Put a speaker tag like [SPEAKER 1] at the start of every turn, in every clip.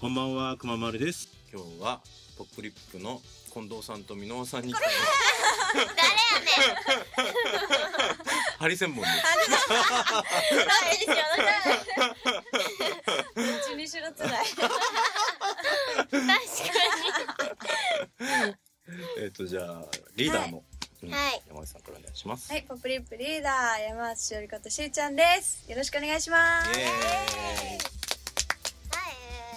[SPEAKER 1] こんばんは、くままるです。
[SPEAKER 2] 今日はポップリップの近藤さんと箕輪さんに来て
[SPEAKER 3] 誰やねん
[SPEAKER 2] ハリセンボンです
[SPEAKER 3] なんで知らなかっ
[SPEAKER 4] ちにしろつらい。
[SPEAKER 3] た確か
[SPEAKER 2] えっとじゃあリーダーの、うん
[SPEAKER 3] はい
[SPEAKER 2] 山内さんからお願いします、
[SPEAKER 4] はい、ポップリップリーダー、山内しおりことしゅうちゃんです。よろしくお願いします。
[SPEAKER 2] イエーイ
[SPEAKER 3] にはい、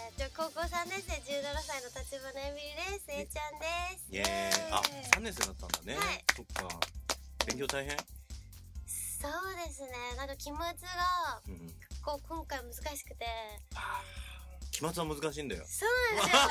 [SPEAKER 3] えー、じゃあ高校3年生17歳の立花えみりですえいちゃんです
[SPEAKER 2] イエーイあ三年生だったんだね、
[SPEAKER 3] はい
[SPEAKER 2] そっか勉強大変、
[SPEAKER 3] そうですねなんか期末が
[SPEAKER 2] うん、
[SPEAKER 3] こう今回難しくて
[SPEAKER 2] あー期末は難しいんだよ
[SPEAKER 3] そうなんですよ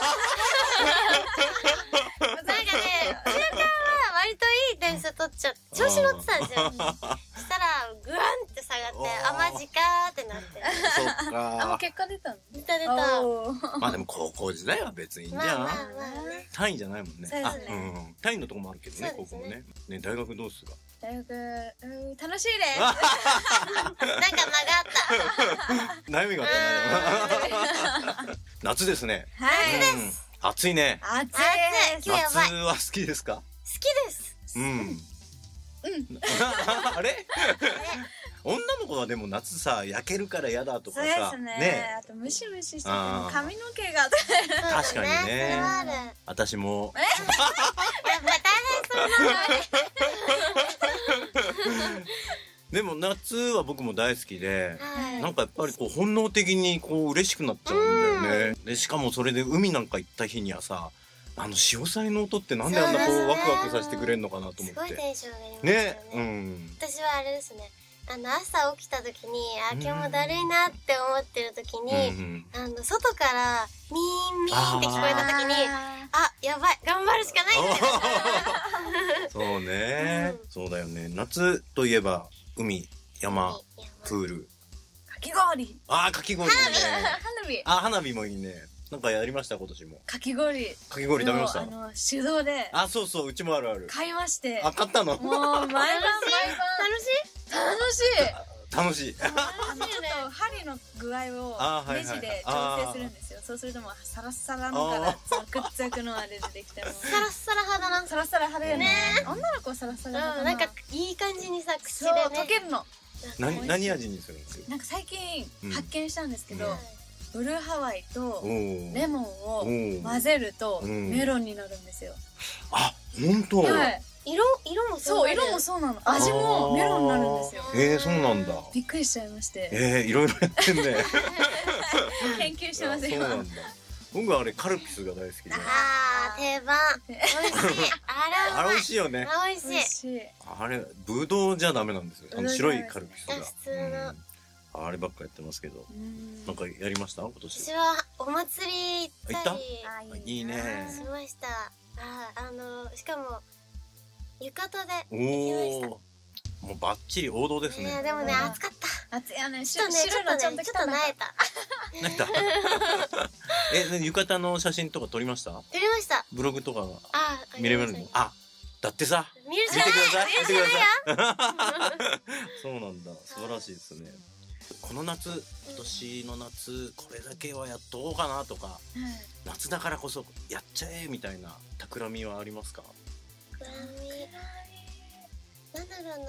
[SPEAKER 3] なんかねうちらは割といい点数取っちゃ調子乗ってたんですよそしたらグワンって下がって
[SPEAKER 2] おー
[SPEAKER 3] あマジかーってなって
[SPEAKER 2] そっ
[SPEAKER 4] あ、もう
[SPEAKER 2] か
[SPEAKER 4] 結果出たの
[SPEAKER 3] 出た出
[SPEAKER 4] 出
[SPEAKER 3] たま
[SPEAKER 2] まあでも高校時代は別にいいんじ
[SPEAKER 3] あま
[SPEAKER 2] ゃん、
[SPEAKER 3] あまあね
[SPEAKER 2] 単位じゃないもんね
[SPEAKER 4] そうですね
[SPEAKER 2] あうん、単位のとこもあるけどね
[SPEAKER 3] そう
[SPEAKER 2] 高
[SPEAKER 3] です
[SPEAKER 2] 校
[SPEAKER 3] ね
[SPEAKER 2] もねね大学どうすか
[SPEAKER 4] 大学、うーん楽しいで
[SPEAKER 3] なんか間が あった
[SPEAKER 2] 悩みがあったな 夏ですね
[SPEAKER 4] す。はい。
[SPEAKER 2] うん、暑いね
[SPEAKER 4] 暑い
[SPEAKER 3] 暑い
[SPEAKER 4] です。
[SPEAKER 3] 今日やばい
[SPEAKER 2] 夏は好きですか
[SPEAKER 3] 好きです
[SPEAKER 2] うん あれ 女の子はでも夏さ焼けるから嫌だとか
[SPEAKER 4] そう
[SPEAKER 2] さ
[SPEAKER 4] ですねあとムシムシしてても
[SPEAKER 2] あー
[SPEAKER 4] 髪の毛が
[SPEAKER 3] そうだ
[SPEAKER 2] 確かにね
[SPEAKER 3] それはあるやっ
[SPEAKER 2] 私も
[SPEAKER 3] ぱ大変そうな
[SPEAKER 2] でも夏は僕も大好きで
[SPEAKER 3] はい
[SPEAKER 2] なんかやっぱりこう本能的にこう嬉しくなっちゃうんだよねでしかもそれで海なんか行った日にはさあの潮騒の音ってなんであんなこ
[SPEAKER 3] そう
[SPEAKER 2] う
[SPEAKER 3] で
[SPEAKER 2] ワ
[SPEAKER 3] すね
[SPEAKER 2] クワクさせてくれるのかなと思
[SPEAKER 3] すご
[SPEAKER 2] っ
[SPEAKER 3] い
[SPEAKER 2] て
[SPEAKER 3] テンション上がりますよ
[SPEAKER 2] ねうん
[SPEAKER 3] 私はあれですねあの朝起きた時にあ
[SPEAKER 2] うん
[SPEAKER 3] 今日もだるいなって思ってる時
[SPEAKER 2] うんう
[SPEAKER 3] に、
[SPEAKER 2] ん
[SPEAKER 3] あの外からミーンミーンって聞こえた時にあ
[SPEAKER 4] あ
[SPEAKER 3] やばい頑張るしかないんだよ
[SPEAKER 2] そうね、
[SPEAKER 3] う
[SPEAKER 2] そうだよね夏といえば海山
[SPEAKER 3] いや
[SPEAKER 2] プール
[SPEAKER 4] ーかき氷。
[SPEAKER 2] あーかき氷いいね
[SPEAKER 4] 花火。
[SPEAKER 2] あー花火もいいねなんかやりました今年も
[SPEAKER 4] かき氷。
[SPEAKER 2] かき氷食べました
[SPEAKER 4] もうあの、手動で
[SPEAKER 2] あそうそううちもあるある
[SPEAKER 4] 買いまして。
[SPEAKER 2] あ買ったの
[SPEAKER 4] もう毎晩毎晩
[SPEAKER 3] 楽しい
[SPEAKER 4] 楽しい。
[SPEAKER 2] 楽しい
[SPEAKER 4] あのちょっと針の具合
[SPEAKER 2] あー
[SPEAKER 4] を
[SPEAKER 2] はいは
[SPEAKER 4] ネ
[SPEAKER 2] い
[SPEAKER 4] ジで調整するんですよ。そうするともうサラッサラのからザクザクのあれでできてもう。
[SPEAKER 3] サラッサラ肌なん
[SPEAKER 4] サラッサラ派だよね。女の子はサラッサ
[SPEAKER 3] う
[SPEAKER 4] ラ
[SPEAKER 3] ん
[SPEAKER 4] だから。
[SPEAKER 3] なんかいい感じにさ口
[SPEAKER 4] そう
[SPEAKER 3] でね
[SPEAKER 4] 溶けるの。
[SPEAKER 2] 何何味にするんですか
[SPEAKER 4] なんか最近
[SPEAKER 2] うん
[SPEAKER 4] 発見したんですけど
[SPEAKER 2] う、
[SPEAKER 4] ブルーハワイと
[SPEAKER 2] おー
[SPEAKER 4] レモン
[SPEAKER 2] お
[SPEAKER 4] を
[SPEAKER 2] ー
[SPEAKER 4] 混ぜると
[SPEAKER 2] うん
[SPEAKER 4] メロンになるんですよ。
[SPEAKER 2] あ本当
[SPEAKER 4] はい。
[SPEAKER 3] 色色も
[SPEAKER 4] そう色も
[SPEAKER 3] そ
[SPEAKER 4] そうなの。味もメロンになるんですよ
[SPEAKER 3] あ。
[SPEAKER 2] えー、そうなんだ
[SPEAKER 4] びっくりしちゃいまして。
[SPEAKER 2] えー、いろいろやってんね
[SPEAKER 4] 研究して ます
[SPEAKER 2] いやそうなん
[SPEAKER 4] 今。
[SPEAKER 2] だ僕はあれカルピスが大好きで
[SPEAKER 3] あー定番美味しいあ
[SPEAKER 2] あ
[SPEAKER 3] れ美味し
[SPEAKER 2] れ美味
[SPEAKER 3] い
[SPEAKER 2] しいよね
[SPEAKER 3] あれ美
[SPEAKER 4] 美
[SPEAKER 3] 味し
[SPEAKER 4] 味
[SPEAKER 3] い
[SPEAKER 4] しい。
[SPEAKER 2] あれブドウじゃダメなんですよあの
[SPEAKER 4] ブドウ
[SPEAKER 2] 白いカルピスが、
[SPEAKER 3] ダメですねあ
[SPEAKER 2] うんあればっかやってますけど
[SPEAKER 4] うん
[SPEAKER 2] なんかやりました今
[SPEAKER 3] 私
[SPEAKER 2] 年
[SPEAKER 3] はお祭り行ったり
[SPEAKER 2] 行っ
[SPEAKER 4] あー
[SPEAKER 2] いいね
[SPEAKER 3] しました。あ、あのしかも浴衣で。
[SPEAKER 2] お
[SPEAKER 3] 行きまし
[SPEAKER 2] おもうバッチリ王道です
[SPEAKER 3] いや
[SPEAKER 2] ね
[SPEAKER 3] でもね
[SPEAKER 4] うん
[SPEAKER 3] 暑かった。
[SPEAKER 4] 暑いよね。
[SPEAKER 3] ちょっ
[SPEAKER 4] 白
[SPEAKER 3] とねちょ
[SPEAKER 4] 白
[SPEAKER 3] っ
[SPEAKER 4] いのち
[SPEAKER 3] と
[SPEAKER 4] ゃ
[SPEAKER 3] ね
[SPEAKER 4] んと
[SPEAKER 3] ち
[SPEAKER 4] 着
[SPEAKER 3] ょったと
[SPEAKER 4] の
[SPEAKER 3] 慣れた。
[SPEAKER 2] なんかえね浴衣の写真とか撮りました
[SPEAKER 3] 撮りました。
[SPEAKER 2] ブログとか
[SPEAKER 3] あ、
[SPEAKER 2] 見れる
[SPEAKER 3] 見
[SPEAKER 2] のあだってさ
[SPEAKER 3] 見る
[SPEAKER 2] 見
[SPEAKER 3] じ
[SPEAKER 2] て
[SPEAKER 3] ゃない。
[SPEAKER 2] ください見てください
[SPEAKER 3] 見るじゃないよ。
[SPEAKER 2] そうなんだ素晴らしいですねこの夏今年の夏これだけはやっとこうかなとか
[SPEAKER 4] はい
[SPEAKER 2] 夏だからこそやっちゃえみたいな企みはありますか
[SPEAKER 3] 暗闇なんだろうな。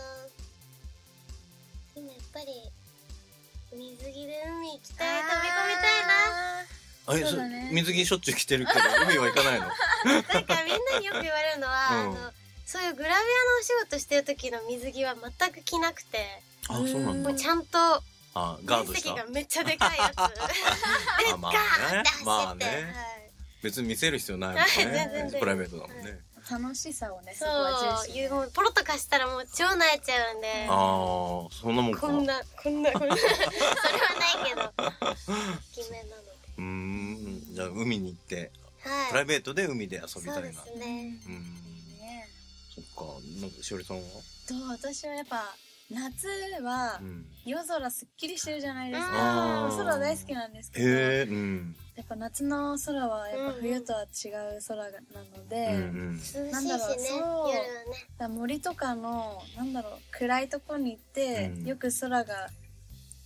[SPEAKER 3] でもやっぱり水着で海行きたい飛び込みたいな。
[SPEAKER 2] あれ
[SPEAKER 4] そう
[SPEAKER 2] そ
[SPEAKER 4] だね
[SPEAKER 2] 水着しょっちゅう着てるけど海は行かないの
[SPEAKER 3] なんかみんなによく言われるのは、
[SPEAKER 2] うん
[SPEAKER 3] あのそういうグラビアのお仕事してる時の水着は全く着なくて、
[SPEAKER 2] あそうなんだ
[SPEAKER 3] もうちゃんと
[SPEAKER 2] あガ
[SPEAKER 3] 面
[SPEAKER 2] ードし
[SPEAKER 3] 積
[SPEAKER 2] た
[SPEAKER 3] がめっちゃでかい やつ。
[SPEAKER 2] あまあねま
[SPEAKER 3] ガー
[SPEAKER 2] あ
[SPEAKER 3] ンって走って、
[SPEAKER 2] ね別に見せる必要ないも
[SPEAKER 3] はい
[SPEAKER 2] ん
[SPEAKER 3] 全然全
[SPEAKER 2] ね
[SPEAKER 3] 然
[SPEAKER 2] プライベートだもんね
[SPEAKER 4] 楽しさをね、そこ
[SPEAKER 3] は、
[SPEAKER 4] はい
[SPEAKER 3] そう
[SPEAKER 4] 重視
[SPEAKER 3] いうもうポロッと貸したらもう超泣いちゃうんで
[SPEAKER 2] ああそんなもんか
[SPEAKER 3] こんなこんなこんな それはないけど決めなので
[SPEAKER 2] うーんじゃあ海に行ってプラ
[SPEAKER 3] は
[SPEAKER 2] イ
[SPEAKER 3] い
[SPEAKER 2] ベートで海で遊びた
[SPEAKER 3] そう
[SPEAKER 2] い
[SPEAKER 3] で
[SPEAKER 2] な
[SPEAKER 3] すね
[SPEAKER 2] うーん
[SPEAKER 4] ね
[SPEAKER 2] そっかなんかしおりさんは
[SPEAKER 4] と、私はやっぱ、夏は
[SPEAKER 2] うん
[SPEAKER 4] 夜空すっきりしてるじゃないです
[SPEAKER 2] あ
[SPEAKER 4] か。
[SPEAKER 2] ー
[SPEAKER 4] お空大好きなんですけど、や
[SPEAKER 2] へえうん
[SPEAKER 4] っぱ夏の空はやっぱ冬とは違う空なので、
[SPEAKER 2] うんう
[SPEAKER 4] だか
[SPEAKER 2] ん
[SPEAKER 3] 涼しいしね
[SPEAKER 4] なんだろうそう
[SPEAKER 3] 夜はね
[SPEAKER 4] ら森とかの、なんだろう、暗いとこに行って、
[SPEAKER 2] うん
[SPEAKER 4] よく空が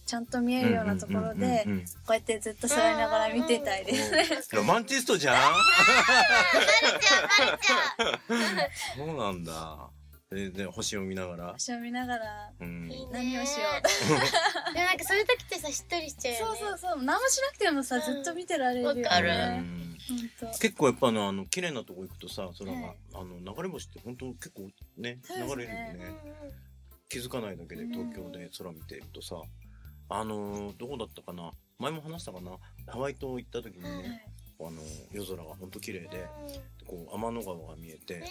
[SPEAKER 4] ちゃんと見えるようなところで
[SPEAKER 2] うんうんうんうん
[SPEAKER 4] こうやってずっと座りながら見てたいです。
[SPEAKER 2] ロマンチストじゃん
[SPEAKER 3] バレちゃうバレちゃう
[SPEAKER 2] そうなんだでで星を見ながら、
[SPEAKER 4] 私を見ながら
[SPEAKER 2] うん、
[SPEAKER 3] いいね
[SPEAKER 4] 何をしよ
[SPEAKER 3] でもなんかそういう時ってさしっとりしちゃ
[SPEAKER 4] う。
[SPEAKER 3] う
[SPEAKER 4] そ
[SPEAKER 3] よ
[SPEAKER 4] う
[SPEAKER 3] ね
[SPEAKER 4] そうそう何もしなくてもさずっと見てられるよね。
[SPEAKER 3] わかる
[SPEAKER 2] うん
[SPEAKER 4] 本
[SPEAKER 2] 結構やっぱあのあの綺麗なとこ行くとさ空が、
[SPEAKER 4] はい
[SPEAKER 2] あの流れ星って本当結構ね
[SPEAKER 4] そうですね
[SPEAKER 2] 流れるよね
[SPEAKER 3] うんうん
[SPEAKER 2] 気づかないだけで
[SPEAKER 4] うん
[SPEAKER 2] 東京で空見てるとさ、あのーどこだったかな前も話したかなハワイ島行った時に
[SPEAKER 4] 当。は
[SPEAKER 2] ね、
[SPEAKER 4] い
[SPEAKER 2] あの夜空が本当綺麗で
[SPEAKER 3] うん
[SPEAKER 2] こう天の川が見えて、
[SPEAKER 3] ね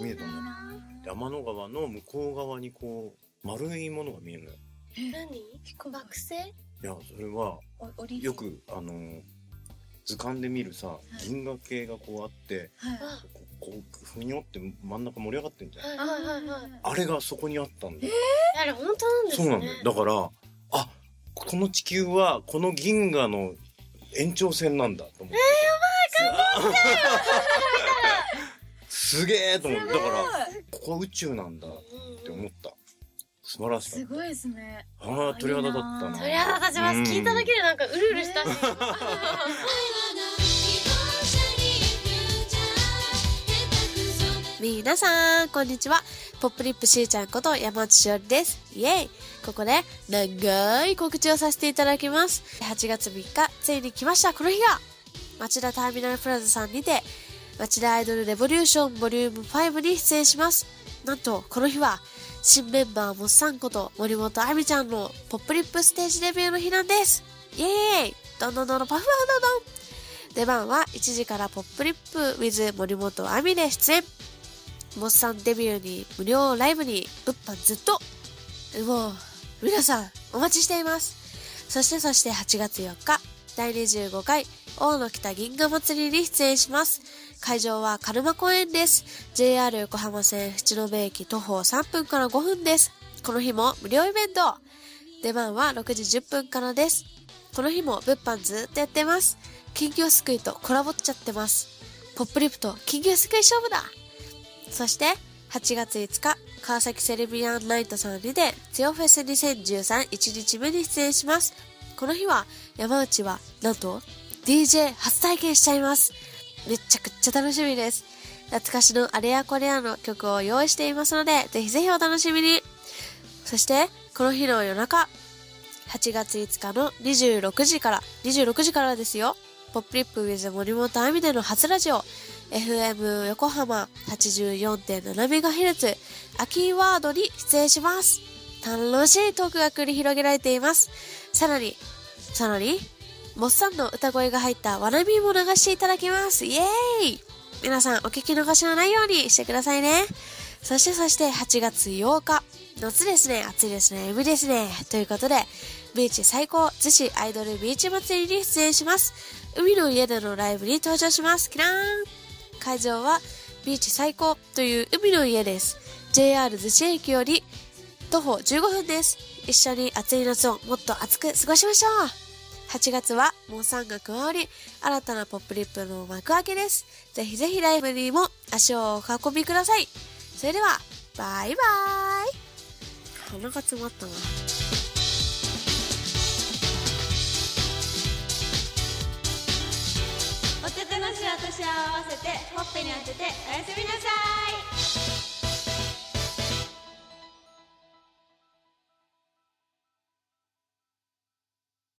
[SPEAKER 2] 見
[SPEAKER 3] い
[SPEAKER 2] え
[SPEAKER 3] い
[SPEAKER 2] た
[SPEAKER 3] な
[SPEAKER 2] ので天の川の向こう側にこう丸いものが見えるのよ。
[SPEAKER 3] 何
[SPEAKER 4] 飛行機
[SPEAKER 3] 惑星
[SPEAKER 2] いやそれは
[SPEAKER 4] お降りて
[SPEAKER 2] よ。くあのー図鑑で見るさ
[SPEAKER 4] い
[SPEAKER 2] 銀河系がこうあって
[SPEAKER 4] はい
[SPEAKER 3] あ
[SPEAKER 2] こうこうふにょって真ん中盛り上がってんじゃん。
[SPEAKER 3] はい
[SPEAKER 4] あ
[SPEAKER 3] はいはいはい
[SPEAKER 2] あれがそこにあったんだよ。
[SPEAKER 3] あれ本当なんです
[SPEAKER 2] そ
[SPEAKER 3] ね
[SPEAKER 2] うなんだよ。だから、あ、この地球はこの銀河の延長線なんだと思って。えやばい、感動すげえと思って、だから、ここは宇宙なんだっ
[SPEAKER 3] うんうん
[SPEAKER 2] て思った。素晴らし
[SPEAKER 4] す
[SPEAKER 2] かっ
[SPEAKER 4] ごいですね。
[SPEAKER 2] た。ああ、鳥肌立ったな。
[SPEAKER 3] そりゃ私は聞いただけでなんかうるうるしたし、
[SPEAKER 1] 皆さん、こんにちは。ポップリップしーちゃんこと山内しおりです。イェイここで長い告知をさせていただきます。8月3日、ついに来ました、この日が町田ターミナルプラザさんにて、町田アイドルレボリューションボリューム5に出演します。なんと、この日は、新メンバーもっさんこと森本あみちゃんのポップリップステージデビューの日なんです。イェーイどんどんどんどんパフパフどんどん出番は1時からポップリップ with 森本あみで出演。モッサンデビューに無料ライブに物販ずっともう皆さんお待ちしていますそしてそして8月4日第25回大野北銀河祭りに出演します会場はカルマ公園です JR 横浜線淵野辺駅徒歩3分から5分ですこの日も無料イベント出番は6時10分からですこの日も物販ずっとやってます金魚すくいとコラボっちゃってますポップリップと金魚すくい勝負だそして8月5日川崎セレビアンナイトさんにて「ツヨフェス20131日目」に出演しますこの日は山内はなんと DJ 初体験しちゃいますめっちゃくちゃ楽しみです懐かしのあれやこれやの曲を用意していますのでぜひぜひお楽しみにそしてこの日の夜中8月5日の26時から26時からですよ「ポップリップ with 森本あみでの初ラジオ FM 横浜 84.7MHz 秋ワードに出演します楽しいトークが繰り広げられていますさらにさらにモッサンの歌声が入ったわらびも流していただきますイエーイ皆さんお聞き逃しのないようにしてくださいねそしてそして8月8日夏ですね暑いですね海ですねということでビーチ最高逗子アイドルビーチ祭りに出演します海の家でのライブに登場しますキラーン会場はビーチ最高という海の家です JR 逗子駅より徒歩15分です一緒に暑い夏をもっと暑く過ごしましょう8月はモーさんが加わり新たなポップリップの幕開けですぜひぜひライブにも足をお運びくださいそれではバイバイ鼻が詰まったな
[SPEAKER 5] お手手の足を私を合わせてほっぺに当てておやすみなさい